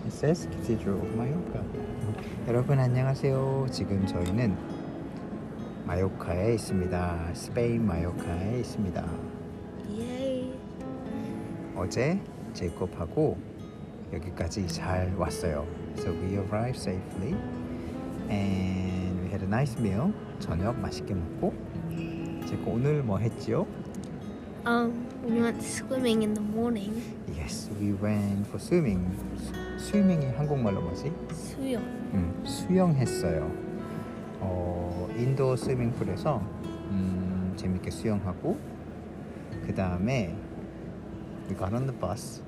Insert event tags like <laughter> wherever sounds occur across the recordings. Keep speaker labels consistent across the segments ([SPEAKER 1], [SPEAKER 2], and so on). [SPEAKER 1] Princess Cathedral of Mallorca. 여러분 안녕하세요. 지금 저희는 마요카에 있습니다. 스페인 마요카에 있습니다.
[SPEAKER 2] 예이.
[SPEAKER 1] 어제 제이콥하고 여기까지 잘 왔어요. So we arrived safely and we had a nice meal. 저녁 맛있게 먹고 제이콥 오늘 뭐 했지요?
[SPEAKER 2] Um, we went swimming in the morning.
[SPEAKER 1] Yes, we went for swimming. 스위밍이 한국말로 뭐지?
[SPEAKER 2] 수영.
[SPEAKER 1] 음, 수영했어요. 어, 인도 스위밍풀에서 음, 재밌게 수영하고 그 다음에 we got on the bus.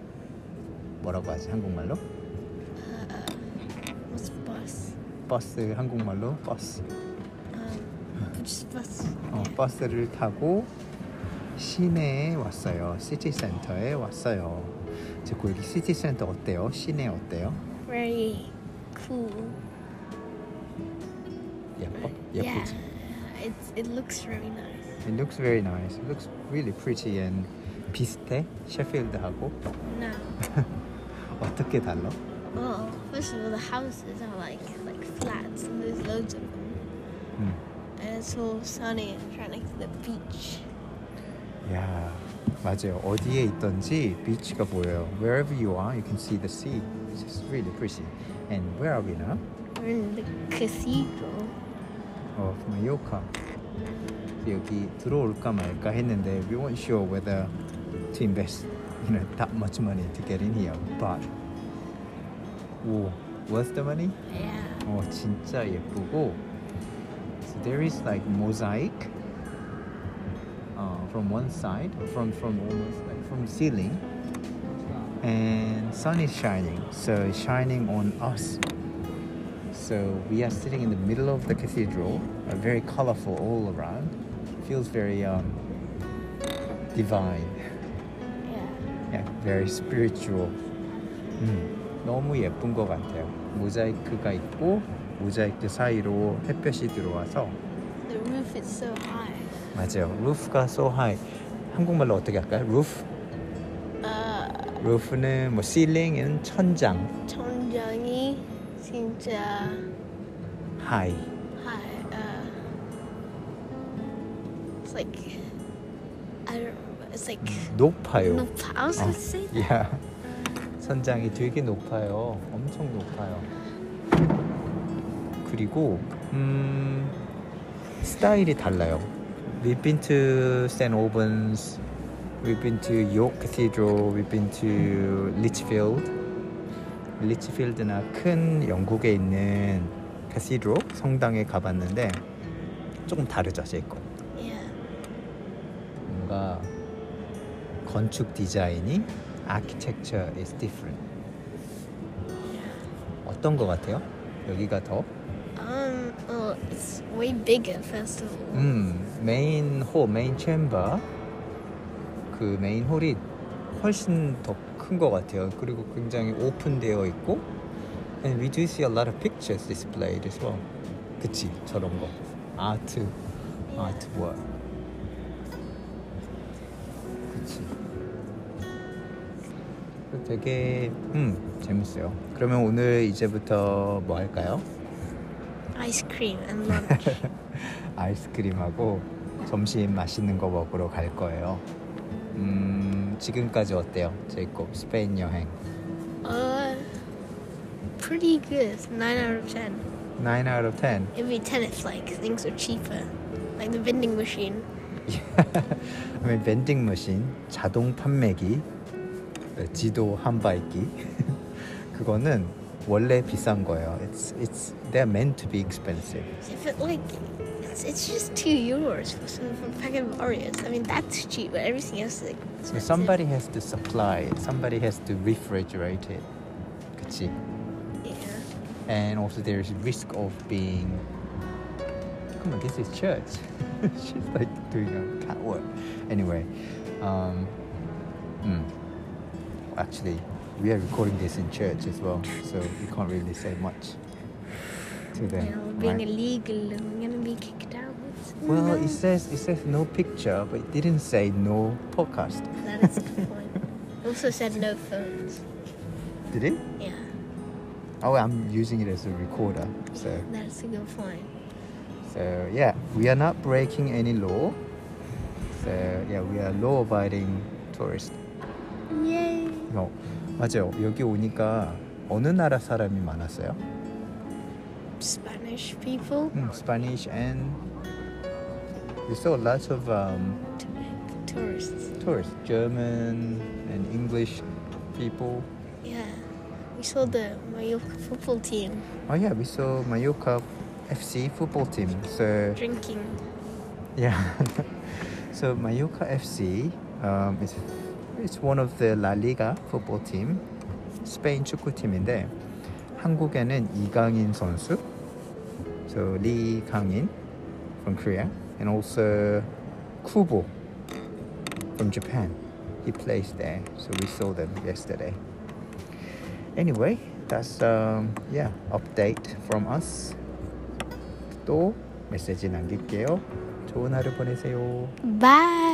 [SPEAKER 1] 뭐라고 하지 한국말로?
[SPEAKER 2] Uh, What's the bus?
[SPEAKER 1] 버스 한국말로 버스.
[SPEAKER 2] Um, just bus.
[SPEAKER 1] 어, 버스를 타고 시내에 왔어요. 시티 센터에 왔어요. 제 여기 시티 센터 어때요? 시내 어때요?
[SPEAKER 2] Very cool.
[SPEAKER 1] 예뻐? 예쁘지?
[SPEAKER 2] Yeah, it's, it looks really nice.
[SPEAKER 1] It looks very nice. It looks really pretty and 비슷해. 셰필드하고
[SPEAKER 2] No.
[SPEAKER 1] 어떻게 달라?
[SPEAKER 2] Well, first of all, the houses are like like flats, and there's loads of them.
[SPEAKER 1] 음.
[SPEAKER 2] And it's all sunny and it's right next to the beach.
[SPEAKER 1] 야, 맞아요. 어디에 있던지 비치가 보여요. Wherever you are, you can see the sea. It's just really pretty. And where are we now?
[SPEAKER 2] We're in the cathedral.
[SPEAKER 1] Of Mallorca. Oh, 여기 들어올까 말까 했는데 we weren't sure whether to invest you know that much money to get in here. But 오, worth the money?
[SPEAKER 2] Yeah.
[SPEAKER 1] 어 진짜 예쁘고 so there is like mosaic uh, from one side from from almost like from ceiling and sun is shining so it's shining on us so we are sitting in the middle of the cathedral uh, very colorful all around feels very um, divine <laughs>
[SPEAKER 2] Yeah.
[SPEAKER 1] yeah, 예, very spiritual. 음, 너무 예쁜 것 같아요. 모자이크가 있고 모자이크 사이로 햇볕이 들어와서
[SPEAKER 2] The roof is so high.
[SPEAKER 1] 맞아요. 루프가 so high. 한국말로 어떻게 할까요? 루프? 아.
[SPEAKER 2] Uh,
[SPEAKER 1] 루프는 뭐 ceiling은 천장.
[SPEAKER 2] 천장이 진짜
[SPEAKER 1] high.
[SPEAKER 2] high. Uh, it's like I don't. remember. It's like
[SPEAKER 1] 높아요.
[SPEAKER 2] 높아. I was gonna say that.
[SPEAKER 1] 야. 선장이 되게 높아요. 엄청 높아요. 그리고 음, 스타일이 달라요. We've been to St. Albans, we've been to York Cathedral, we've been to Lichfield. 리치필드나 큰 영국에 있는 cathedral 성당에 가봤는데 조금 다르죠, 제이콥.
[SPEAKER 2] Yeah.
[SPEAKER 1] 뭔가 건축 디자인이 architecture is different. 어떤 것 같아요? 여기가 더?
[SPEAKER 2] Um. Well, it's way bigger. First of all.
[SPEAKER 1] 음, 메인 홀, 메인 챔버 그 메인 홀이 훨씬 더 큰 것 같아요. 그리고 굉장히 오픈되어 있고 and we do see a lot of pictures displayed as well. 그치, 저런 거. 아트, 아트 워 그치. 되게 음 재밌어요. 그러면 오늘 이제부터 뭐 할까요?
[SPEAKER 2] Ice cream and lunch.
[SPEAKER 1] <laughs> 아이스크림하고 점심 맛있는 거 먹으러 갈 거예요. 음, 지금까지 어때요? 제이콥 스페인 여행.
[SPEAKER 2] uh, pretty good. Nine out of ten.
[SPEAKER 1] 9 out of <laughs> 10.
[SPEAKER 2] It'd be ten if like things were cheaper, like the vending machine.
[SPEAKER 1] 그다음에 벤딩 머신, 자동 판매기, 네, 지도 한바있기. <laughs> 그거는 원래 비싼 거예요. It's it's they're meant to be expensive.
[SPEAKER 2] If it like it's, it's just two euros for some for a packet of Oreos. I mean that's cheap, but everything else is like
[SPEAKER 1] So
[SPEAKER 2] expensive.
[SPEAKER 1] somebody has to supply it. Somebody has to refrigerate it. 그치?
[SPEAKER 2] Yeah.
[SPEAKER 1] and also there is risk of being come on this is church <laughs> she's like doing a cat work anyway um mm. actually we are recording this in church as well so we can't really say much to them
[SPEAKER 2] You know, being
[SPEAKER 1] right?
[SPEAKER 2] illegal and we're gonna be kicked out. It's-
[SPEAKER 1] well
[SPEAKER 2] no.
[SPEAKER 1] it says it says no picture but it didn't say no podcast
[SPEAKER 2] that is a good point. It also said no phones.
[SPEAKER 1] <laughs> did it
[SPEAKER 2] Yeah.
[SPEAKER 1] Oh, I'm using it as a recorder. So,
[SPEAKER 2] That's a good point.
[SPEAKER 1] so yeah, we are not breaking any law. So yeah, we are law-abiding tourists.
[SPEAKER 2] Yay.
[SPEAKER 1] 어, 맞아요. 여기 오니까 어느 나라 사람이 많았어요?
[SPEAKER 2] Spanish people.
[SPEAKER 1] 음, Spanish and we saw lots of um,
[SPEAKER 2] T- Tourists.
[SPEAKER 1] tourists, German and English people.
[SPEAKER 2] Yeah. We saw the Mallorca football team
[SPEAKER 1] Oh yeah, we saw Mallorca FC football team. So
[SPEAKER 2] drinking.
[SPEAKER 1] <laughs> yeah, so Mallorca FC um, is it's one of the La Liga football team, 스페인 축구 팀인데 한국에는 이강인 선수, so Lee Kangin from Korea, and also Kubo from Japan. He plays there, so we saw them yesterday. Anyway, that's um, yeah update from us. 또 메시지 남길게요. 좋은 하루 보내세요.
[SPEAKER 2] Bye.